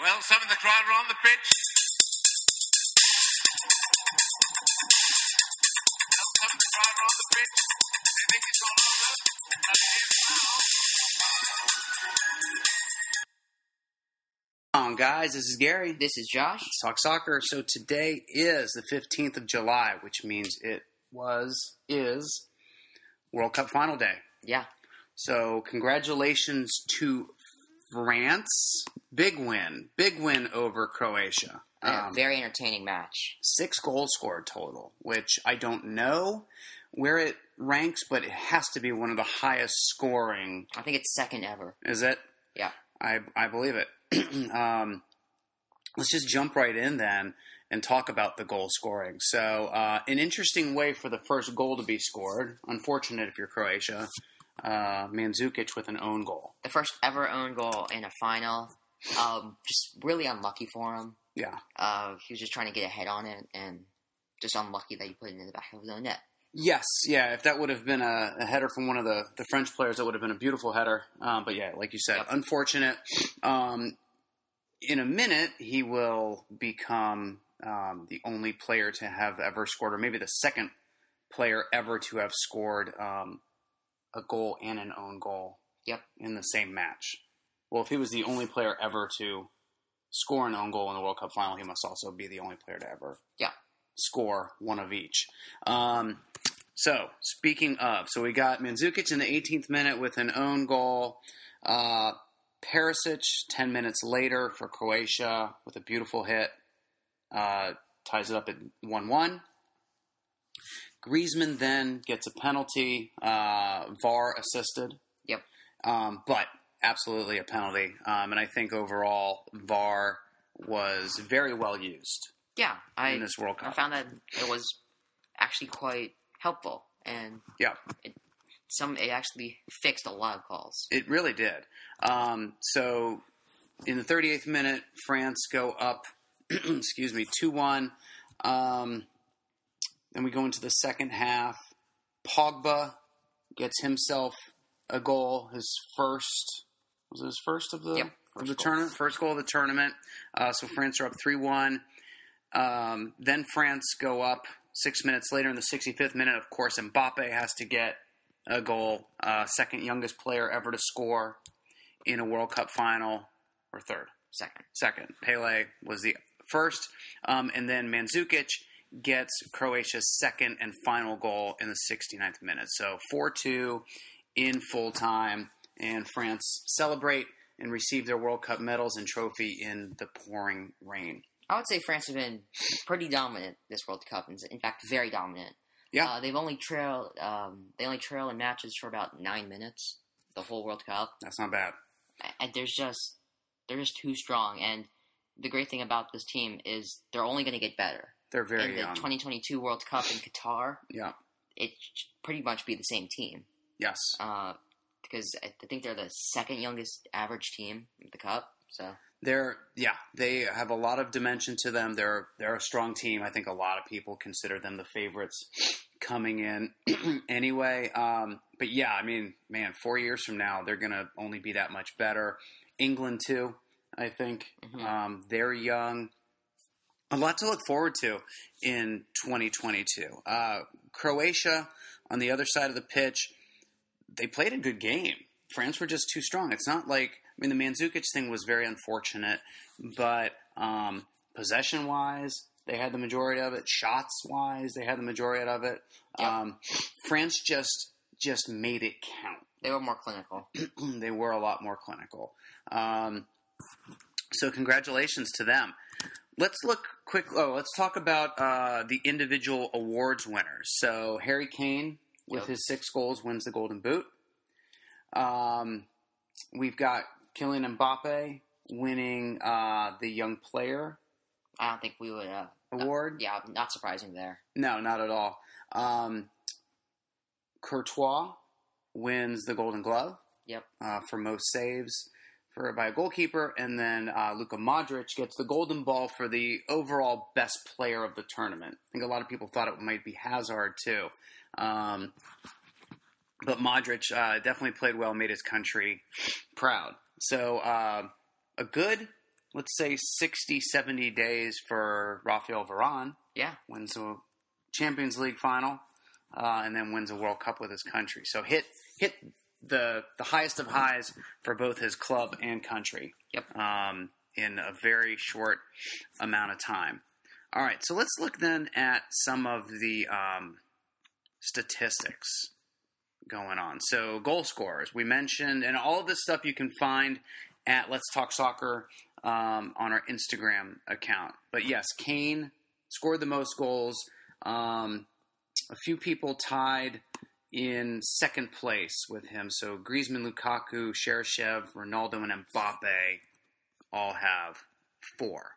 Well, some of the crowd were on the pitch. Well, some of the crowd were on the pitch. They think it's all over. on, guys. This is Gary. This is Josh. Let's talk soccer. So today is the 15th of July, which means it was, is World Cup final day. Yeah. So congratulations to France. Big win. Big win over Croatia. Yeah, Um, very entertaining match. six goals scored total, which I don't know where it ranks, but it has to be one of the highest scoring. I think it's second ever. Is it? Yeah. I, I believe it. um, let's just jump right in then and talk about the goal scoring. So, uh, an interesting way for the first goal to be scored. Unfortunate if you're Croatia. Uh, Mandzukic with an own goal. The first ever own goal in a final. Um, just really unlucky for him. Yeah. Uh, he was just trying to get ahead on it and just unlucky that he put it in the back of his own net. Yes, yeah. If that would have been a, a header from one of the, the French players, that would have been a beautiful header. Um, but yeah, like you said, Yep. unfortunate. Um, in a minute, he will become um, the only player to have ever scored, or maybe the second player ever to have scored um, a goal and an own goal. Yep. In the same match. Well, if he was the only player ever to score an own goal in the World Cup final, he must also be the only player to ever Yeah. score one of each. Um, so, speaking of, so we got Mandzukic in the 18th minute with an own goal. Uh, Perisic 10 minutes later for Croatia with a beautiful hit. Uh, ties it up at 1 1. Griezmann then gets a penalty, uh, VAR assisted. Yep. Um, but absolutely a penalty. Um, and I think overall, VAR was very well used Yeah, I in this World Cup. I found that it was actually quite helpful and yeah. some it actually fixed a lot of calls. It really did. Um, so in the 38th minute, France go up, excuse me, 2 1. Um, then we go into the second half. Pogba gets himself a goal, his first. Was it his first of the Yep, of first the goal. tournament? First goal of the tournament. Uh, so France are up three one. Um, then France go up six minutes later in the 65th minute. Of course, Mbappe has to get a goal, uh, second youngest player ever to score in a World Cup final, or third, Second. second. Pele was the first, um, and then Mandzukic gets Croatia's second and final goal in the 69th minute. So 4-2 in full time, and France celebrate and receive their World Cup medals and trophy in the pouring rain. I would say France has been pretty dominant this World Cup, and in fact, very dominant. Yeah. uh, they've only trailed. Um, they only trail in matches for about nine minutes the whole World Cup. That's not bad. And there's just they're just too strong. And the great thing about this team is they're only going to get better. They're in very the young. 2022 World Cup in Qatar, yeah. it should pretty much be the same team Yes. uh, because I I think they're the second youngest average team in the cup. So They're yeah, they have a lot of dimension to them. They're they're a strong team. I think a lot of people consider them the favorites coming in anyway. Um, but yeah, I mean, man, four years from now, they're gonna only be that much better. England too, I think. Mhm. Um, they're young. A lot to look forward to in 2022. Uh, Croatia on the other side of the pitch, they played a good game. France were just too strong. It's not like I mean the Mandzukic thing was very unfortunate, but um, possession wise, they had the majority of it. Shots wise, they had the majority of it. Yeah. Um, France just just made it count they were more clinical. they were a lot more clinical. Um, so congratulations to them. Let's look quick. Oh, let's talk about uh, the individual awards winners. So Harry Kane with Yep. his six goals wins the Golden Boot. Um, we've got Kylian Mbappe winning uh, the Young Player I don't think we would. Uh, Award. yeah, not surprising there. No, not at all. Um, Courtois wins the Golden Glove. Yep. Uh, for most saves for by a goalkeeper, and then uh, Luka Modric gets the Golden Ball for the overall best player of the tournament. I think a lot of people thought it might be Hazard too, um, but Modric uh, definitely played well, made his country proud. So uh, a good let's say 60, 70 days for Rafael Varane, Yeah, wins a Champions League final, uh, and then wins a World Cup with his country. So hit hit the the highest of highs for both his club and country. Yep. Um, in a very short amount of time. All right, so let's look then at some of the um, statistics going on. So goal scorers we mentioned, and all of this stuff you can find at Let's Talk Soccer um, on our Instagram account. But yes, Kane scored the most goals. Um, a few people tied in second place with him. So Griezmann, Lukaku, Sherishev, Ronaldo, and Mbappe all have four.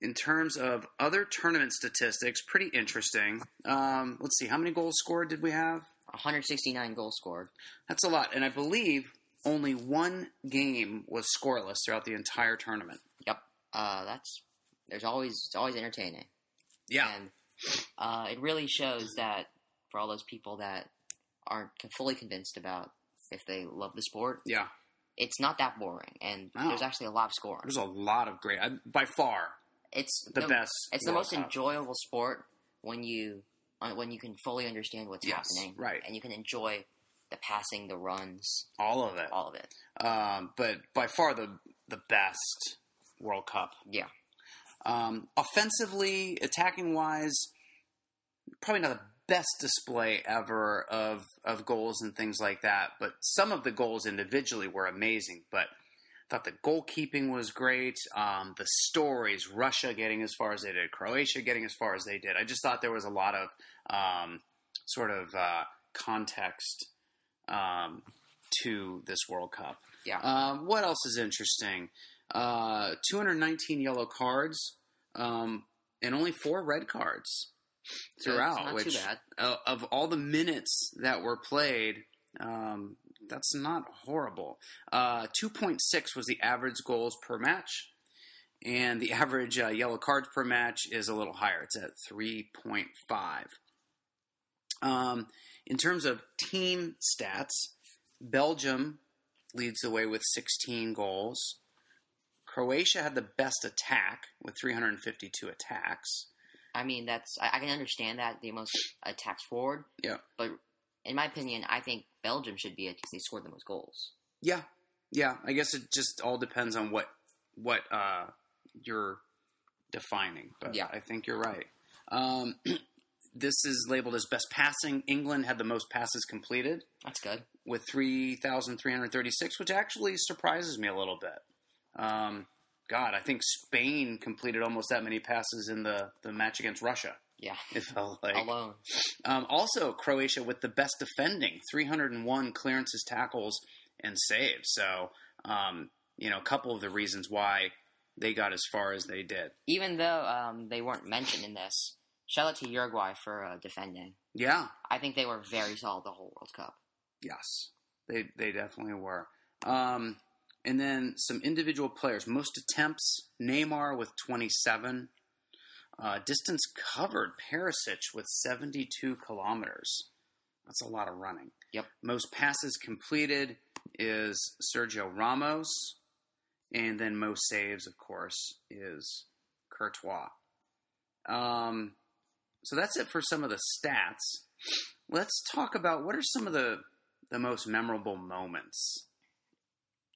In terms of other tournament statistics, pretty interesting. Um, let's see, how many goals scored did we have? 169 goals scored. That's a lot. And I believe only one game was scoreless throughout the entire tournament. Yep. Uh, that's there's always it's always entertaining. And uh, it really shows that for all those people that aren't con- fully convinced about if they love the sport, Yeah. it's not that boring, and No. there's actually a lot of scoring. There's a lot of great, I- by far, It's the best. It's the World most Cup. enjoyable sport when you uh, when you can fully understand what's Yes, happening, right. And you can enjoy the passing, the runs, All of it. all of it. Um, but by far the, the best World Cup Yeah, Um, offensively, attacking wise, probably not the best display ever of of goals and things like that. But some of the goals individually were amazing. But I thought the goalkeeping was great. Um, the stories, Russia getting as far as they did, Croatia getting as far as they did. I just thought there was a lot of um, sort of uh, context um, to this World Cup. yeah. Um, what else is interesting? Uh, 219 yellow cards um, and only four red cards So it's throughout. not which too bad. Uh, of all the minutes that were played, um, that's not horrible. Uh, 2.6 was the average goals per match, and the average uh, yellow cards per match is a little higher. It's at 3.5. Um, in terms of team stats, Belgium leads the way with 16 goals. Croatia had the best attack with 352 attacks. I mean, that's I, I can understand that the most attacks forward. Yeah. But in my opinion, I think Belgium should be at they scored the most goals. Yeah, yeah. I guess it just all depends on what what uh, you're defining. But Yeah. I think you're right. Um, this is labeled as best passing. England had the most passes completed That's good. with 3,336, which actually surprises me a little bit. Um, God, I think Spain completed almost that many passes in the, the match against Russia. Yeah. It felt like. Alone. Um, also, Croatia with the best defending 301 clearances, tackles, and saves. So, um, you know, a couple of the reasons why they got as far as they did. Even though um, they weren't mentioned in this, shout out to Uruguay for uh, defending. Yeah, I think they were very solid the whole World Cup. yes, they, they definitely were. Um, and then some individual players. Most attempts Neymar with 27. Uh, distance covered Perisic with 72 kilometers. That's a lot of running. Yep. Most passes completed is Sergio Ramos, and then most saves, of course, is Courtois. Um, so that's it for some of the stats. Let's talk about what are some of the the most memorable moments.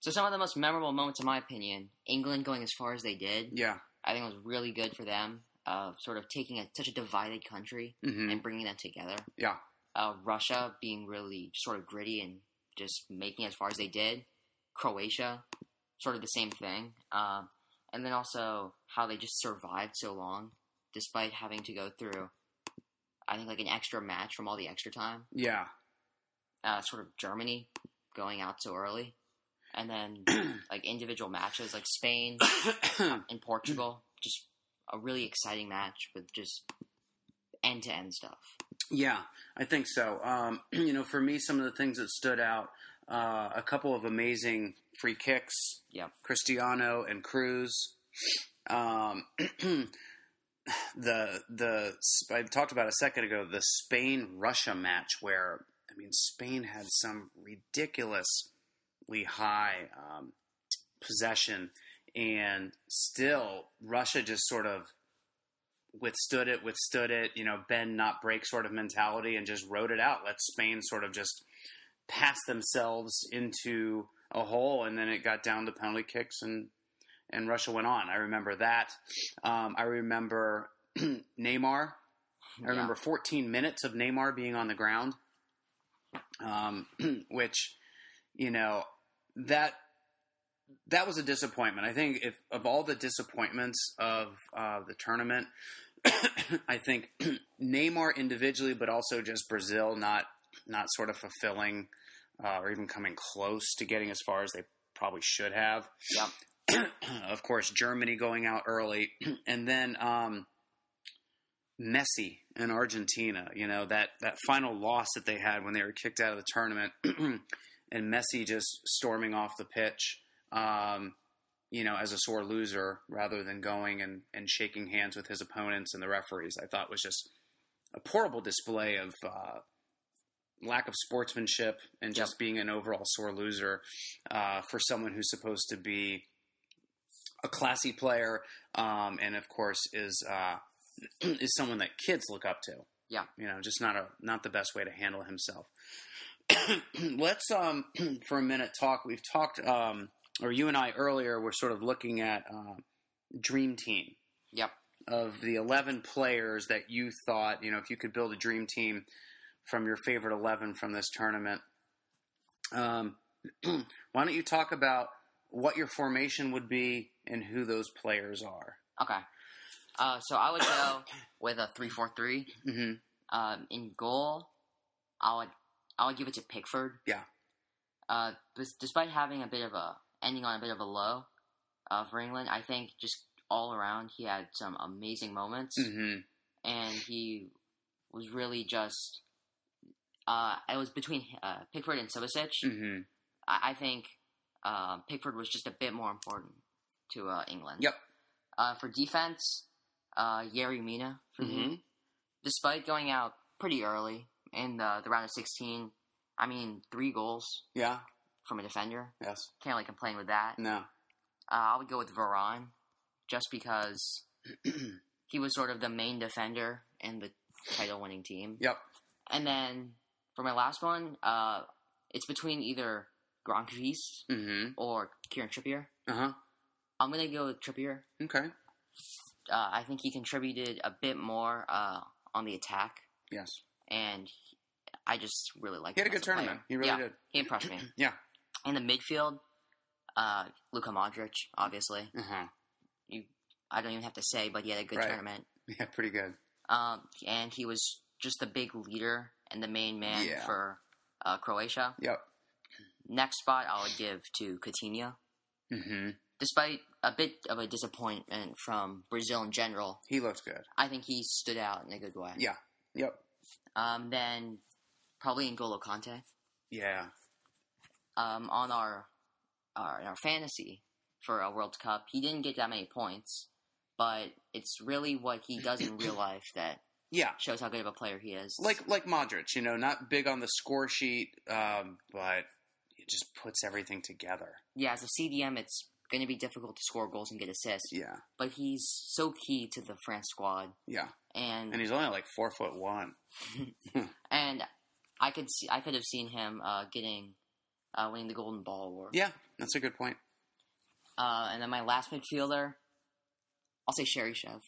So some of the most memorable moments, in my opinion, England going as far as they did. Yeah. I think it was really good for them. Uh, sort of taking a, such a divided country hmm and bringing them together. Yeah. Uh, Russia being really sort of gritty and just making it as far as they did. Croatia, sort of the same thing. Um, and then also how they just survived so long despite having to go through, I think, like an extra match from all the extra time. Yeah. Uh, sort of Germany going out so early. And then like individual matches like Spain and Portugal. Just a really exciting match with just end to end stuff. Yeah, I think so. Um, you know, for me, some of the things that stood out uh, a couple of amazing free kicks. Yep. Cristiano and Cruz. Um, the the I talked about a second ago the Spain Russia match where I mean Spain had some ridiculously high um, possession, and still Russia just sort of withstood it, withstood it. You know, bend not break sort of mentality, and just rode it out. Let Spain sort of just pass themselves into a hole, and then it got down to penalty kicks, and and Russia went on. I remember that. Um, I remember Neymar. I remember 14 minutes of Neymar being on the ground, um, which, you know, that that was a disappointment. I think if of all the disappointments of uh, the tournament, I think Neymar individually, but also just Brazil not not sort of fulfilling uh, or even coming close to getting as far as they probably should have. Yep. of course, Germany going out early, and then. Um, Messi in Argentina. You know that that final loss that they had when they were kicked out of the tournament, and Messi just storming off the pitch. Um, you know, as a sore loser, rather than going and, and shaking hands with his opponents and the referees, I thought was just a horrible display of uh, lack of sportsmanship and just being an overall sore loser uh, for someone who's supposed to be a classy player, um, and of course is uh, is someone that kids look up to. Yeah. you know, just not a not the best way to handle himself. Let's um for a minute talk. We've talked um or you and I earlier were sort of looking at um, dream team Yep. of the 11 players that you thought, you know, if you could build a dream team from your favorite 11 from this tournament, um, why don't you talk about what your formation would be and who those players are? Okay. Uh, so I would go with a three-four-three. hmm Um, in goal, I would I would give it to Pickford. Yeah. Uh, bes- despite having a bit of a ending on a bit of a low, uh, for England, I think just all around he had some amazing moments, hmm and he was really just. Uh, it was between uh, Pickford and Subasic. hmm I, I think uh, Pickford was just a bit more important to uh, England. Yep. Uh, for defense, uh, Yerry Mina for me. Despite going out pretty early in the, the round of 16, I mean, three goals Yeah. from a defender. Yes. Can't really complain with that. No. Uh, I would go with Varane just because he was sort of the main defender in the title winning team. Yep. And then for my last one, uh, it's between either Gronkowski hmm or Kieran Trippier. Uh huh. I'm gonna go with Trippier. Okay. Uh, I think he contributed a bit more uh, on the attack, Yes. and he- I just really like. He had a him good as player. tournament. He really Yeah, did. He impressed me. Yeah. In the midfield, uh, Luka Modric, obviously. Uh huh. I don't even have to say, but he had a good Right. tournament, Yeah. Pretty good. um, and he was just the big leader and the main man Yeah. for uh, Croatia. Yep. Next spot, I would give to Coutinho. hmm Despite a bit of a disappointment from Brazil in general, He looked good. I think he stood out in a good way. Yeah. Yep. Um, then probably N'Golo Conte. Yeah. Um, on our, our our fantasy for a World Cup, he didn't get that many points, but it's really what he does in real life that Yeah. shows how good of a player he is. like like Modric, you know, not big on the score sheet, um, but it just puts everything together. yeah, as a CDM, it's going to be difficult to score goals and get assists, Yeah, but he's so key to the France squad, yeah, and and and, he's only like four foot one. I could see I could have seen him uh, getting uh, winning the Golden Ball award. Yeah, that's a good point. Uh, and then my last midfielder, I'll say Sherry Shev.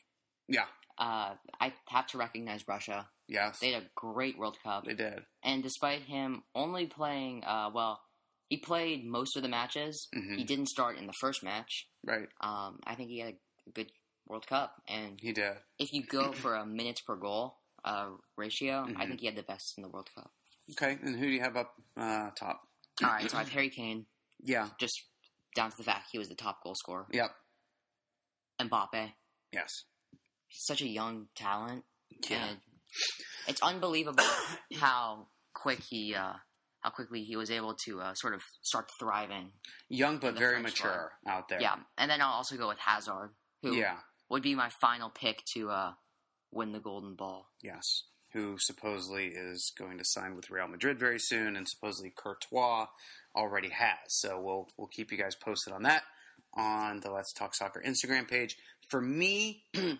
Yeah, uh, I have to recognize Russia. yes, They had a great World Cup, they did. and despite him only playing, uh, well, he played most of the matches. Mhm. He didn't start in the first match. Right, Um, I think he had a good World Cup, and he did. if you go for a minutes per goal uh, ratio, I Mhm. think he had the best in the World Cup. Okay, and who do you have up uh, top? All right, so I have Harry Kane, Yeah, just down to the fact he was the top goal scorer. yep, Mbappe, yes, such a young talent. yeah, And it's unbelievable how quick he, uh, how quickly he was able to uh, sort of start thriving. young but the very French mature out there. Yeah, and then I'll also go with Hazard, who yeah, would be my final pick to uh, win the Golden Ball. yes. Who supposedly is going to sign with Real Madrid very soon, and supposedly Courtois already has. So we'll we'll keep you guys posted on that. on the Let's Talk Soccer Instagram page. For me, I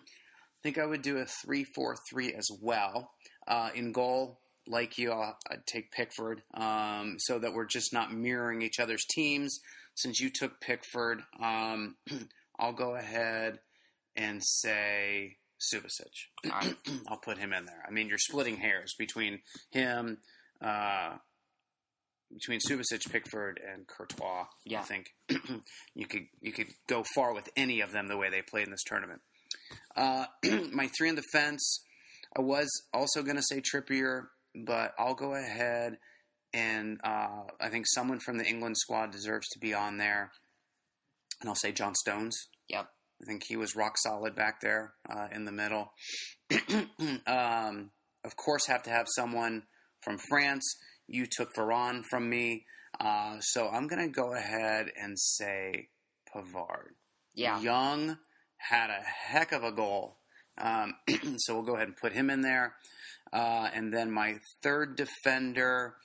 think I would do a 3 4 3 as well. Uh, in goal, like you, I'll, I'd take Pickford um, so that we're just not mirroring each other's teams. Since you took Pickford, um, I'll go ahead and say Subasic. All right. I'll put him in there. I mean, you're splitting hairs between him, uh, between Subasic, Pickford, and Courtois. Yeah. I think you could you could go far with any of them the way they played in this tournament. Uh, my three in defense, I was also going to say Trippier, but I'll go ahead and uh, I think someone from the England squad deserves to be on there, and I'll say John Stones. Yep. I think he was rock solid back there uh, in the middle. um, of course, have to have someone from France. You took Varane from me, uh, so I'm going to go ahead and say Pavard. Yeah. Young had a heck of a goal, um, so we'll go ahead and put him in there. Uh, and then my third defender.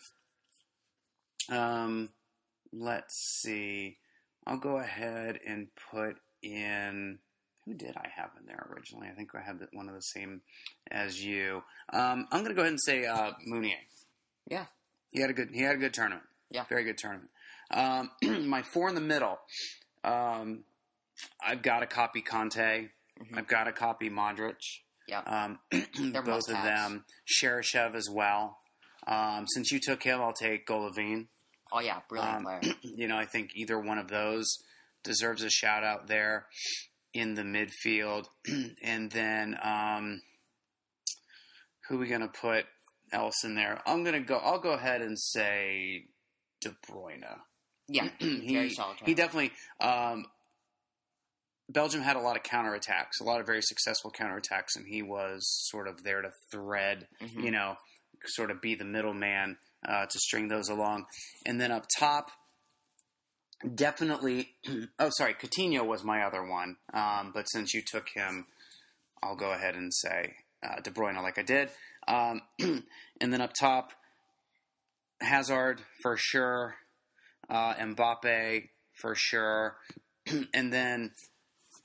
Um, let's see. I'll go ahead and put in who did I have in there originally? I think I had one of the same as you. Um, I'm going to go ahead and say uh, Mounier. Yeah. he had a good he had a good tournament. Yeah. very good tournament. Um, my four in the middle. Um, I've got to copy Conte. Mhm. I've got to copy Modric. Yeah. Um, both of must-haves. them. Sherishev as well. Um, since you took him, I'll take Golovin. Oh yeah, brilliant Um, player. You know, I think either one of those deserves a shout out there in the midfield. and then um, who are we going to put else in there? I'm going to go. I'll go ahead and say De Bruyne. Yeah. he, very solid he player. definitely. Um, Belgium had a lot of counterattacks, a lot of very successful counterattacks, and he was sort of there to thread Mhm. you know, sort of be the middleman uh, to string those along. And then up top, definitely. oh, sorry, Coutinho was my other one, um, but since you took him, I'll go ahead and say uh, De Bruyne, like I did. Um, and then up top, Hazard for sure, uh, Mbappe for sure, and then.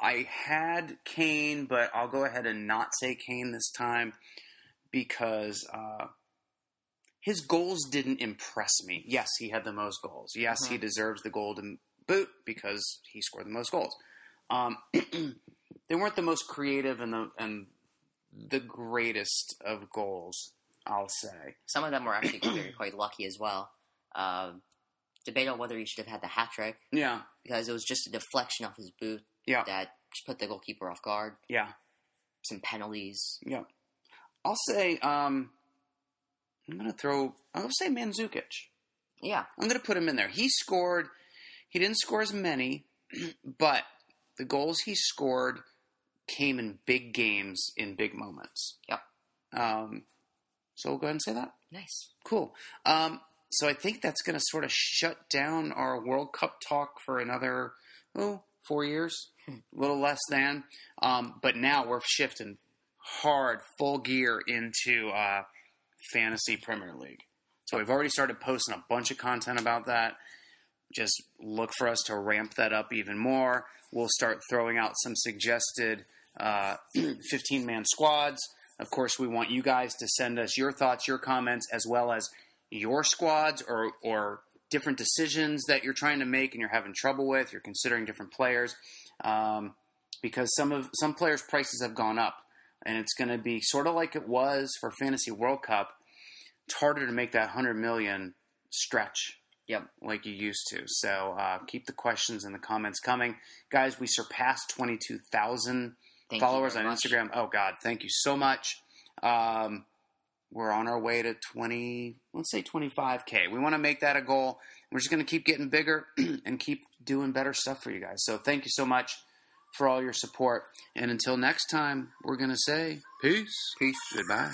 I had Kane, but I'll go ahead and not say Kane this time because uh, his goals didn't impress me. Yes, he had the most goals. Yes, he deserves the golden boot because he scored the most goals. Um, they weren't the most creative and the and the greatest of goals, I'll say. Some of them were actually quite, quite lucky as well. Um, debate on whether he should have had the hat trick Yeah, because it was just a deflection off his boot Yeah. that just put the goalkeeper off guard. yeah. Some penalties. Yeah. I'll say um, I'm going to throw. I'll say Mandzukic. Yeah. I'm going to put him in there. He scored. He didn't score as many, but the goals he scored came in big games in big moments. Yep. Um, so we'll go ahead and say that. Nice. Cool. Um, so I think that's going to sort of shut down our World Cup talk for another oh four years, a little less than. Um, but now we're shifting hard, full gear into uh, fantasy Premier League. So we've already started posting a bunch of content about that. Just look for us to ramp that up even more. We'll start throwing out some suggested uh, 15 man squads. Of course, we want you guys to send us your thoughts, your comments, as well as your squads or, or different decisions that you're trying to make and you're having trouble with. You're considering different players um, because some of some players' prices have gone up, and it's going to be sort of like it was for Fantasy World Cup. It's harder to make that hundred million stretch Yep. like you used to. So uh, keep the questions and the comments coming, guys. We surpassed twenty two thousand Thank you followers very on much. Instagram. Oh God, thank you so much. Um, we're on our way to twenty. Let's say twenty five k. We want to make that a goal. We're just going to keep getting bigger and keep doing better stuff for you guys. So thank you so much for all your support. And until next time, we're going to say peace. Peace. Goodbye.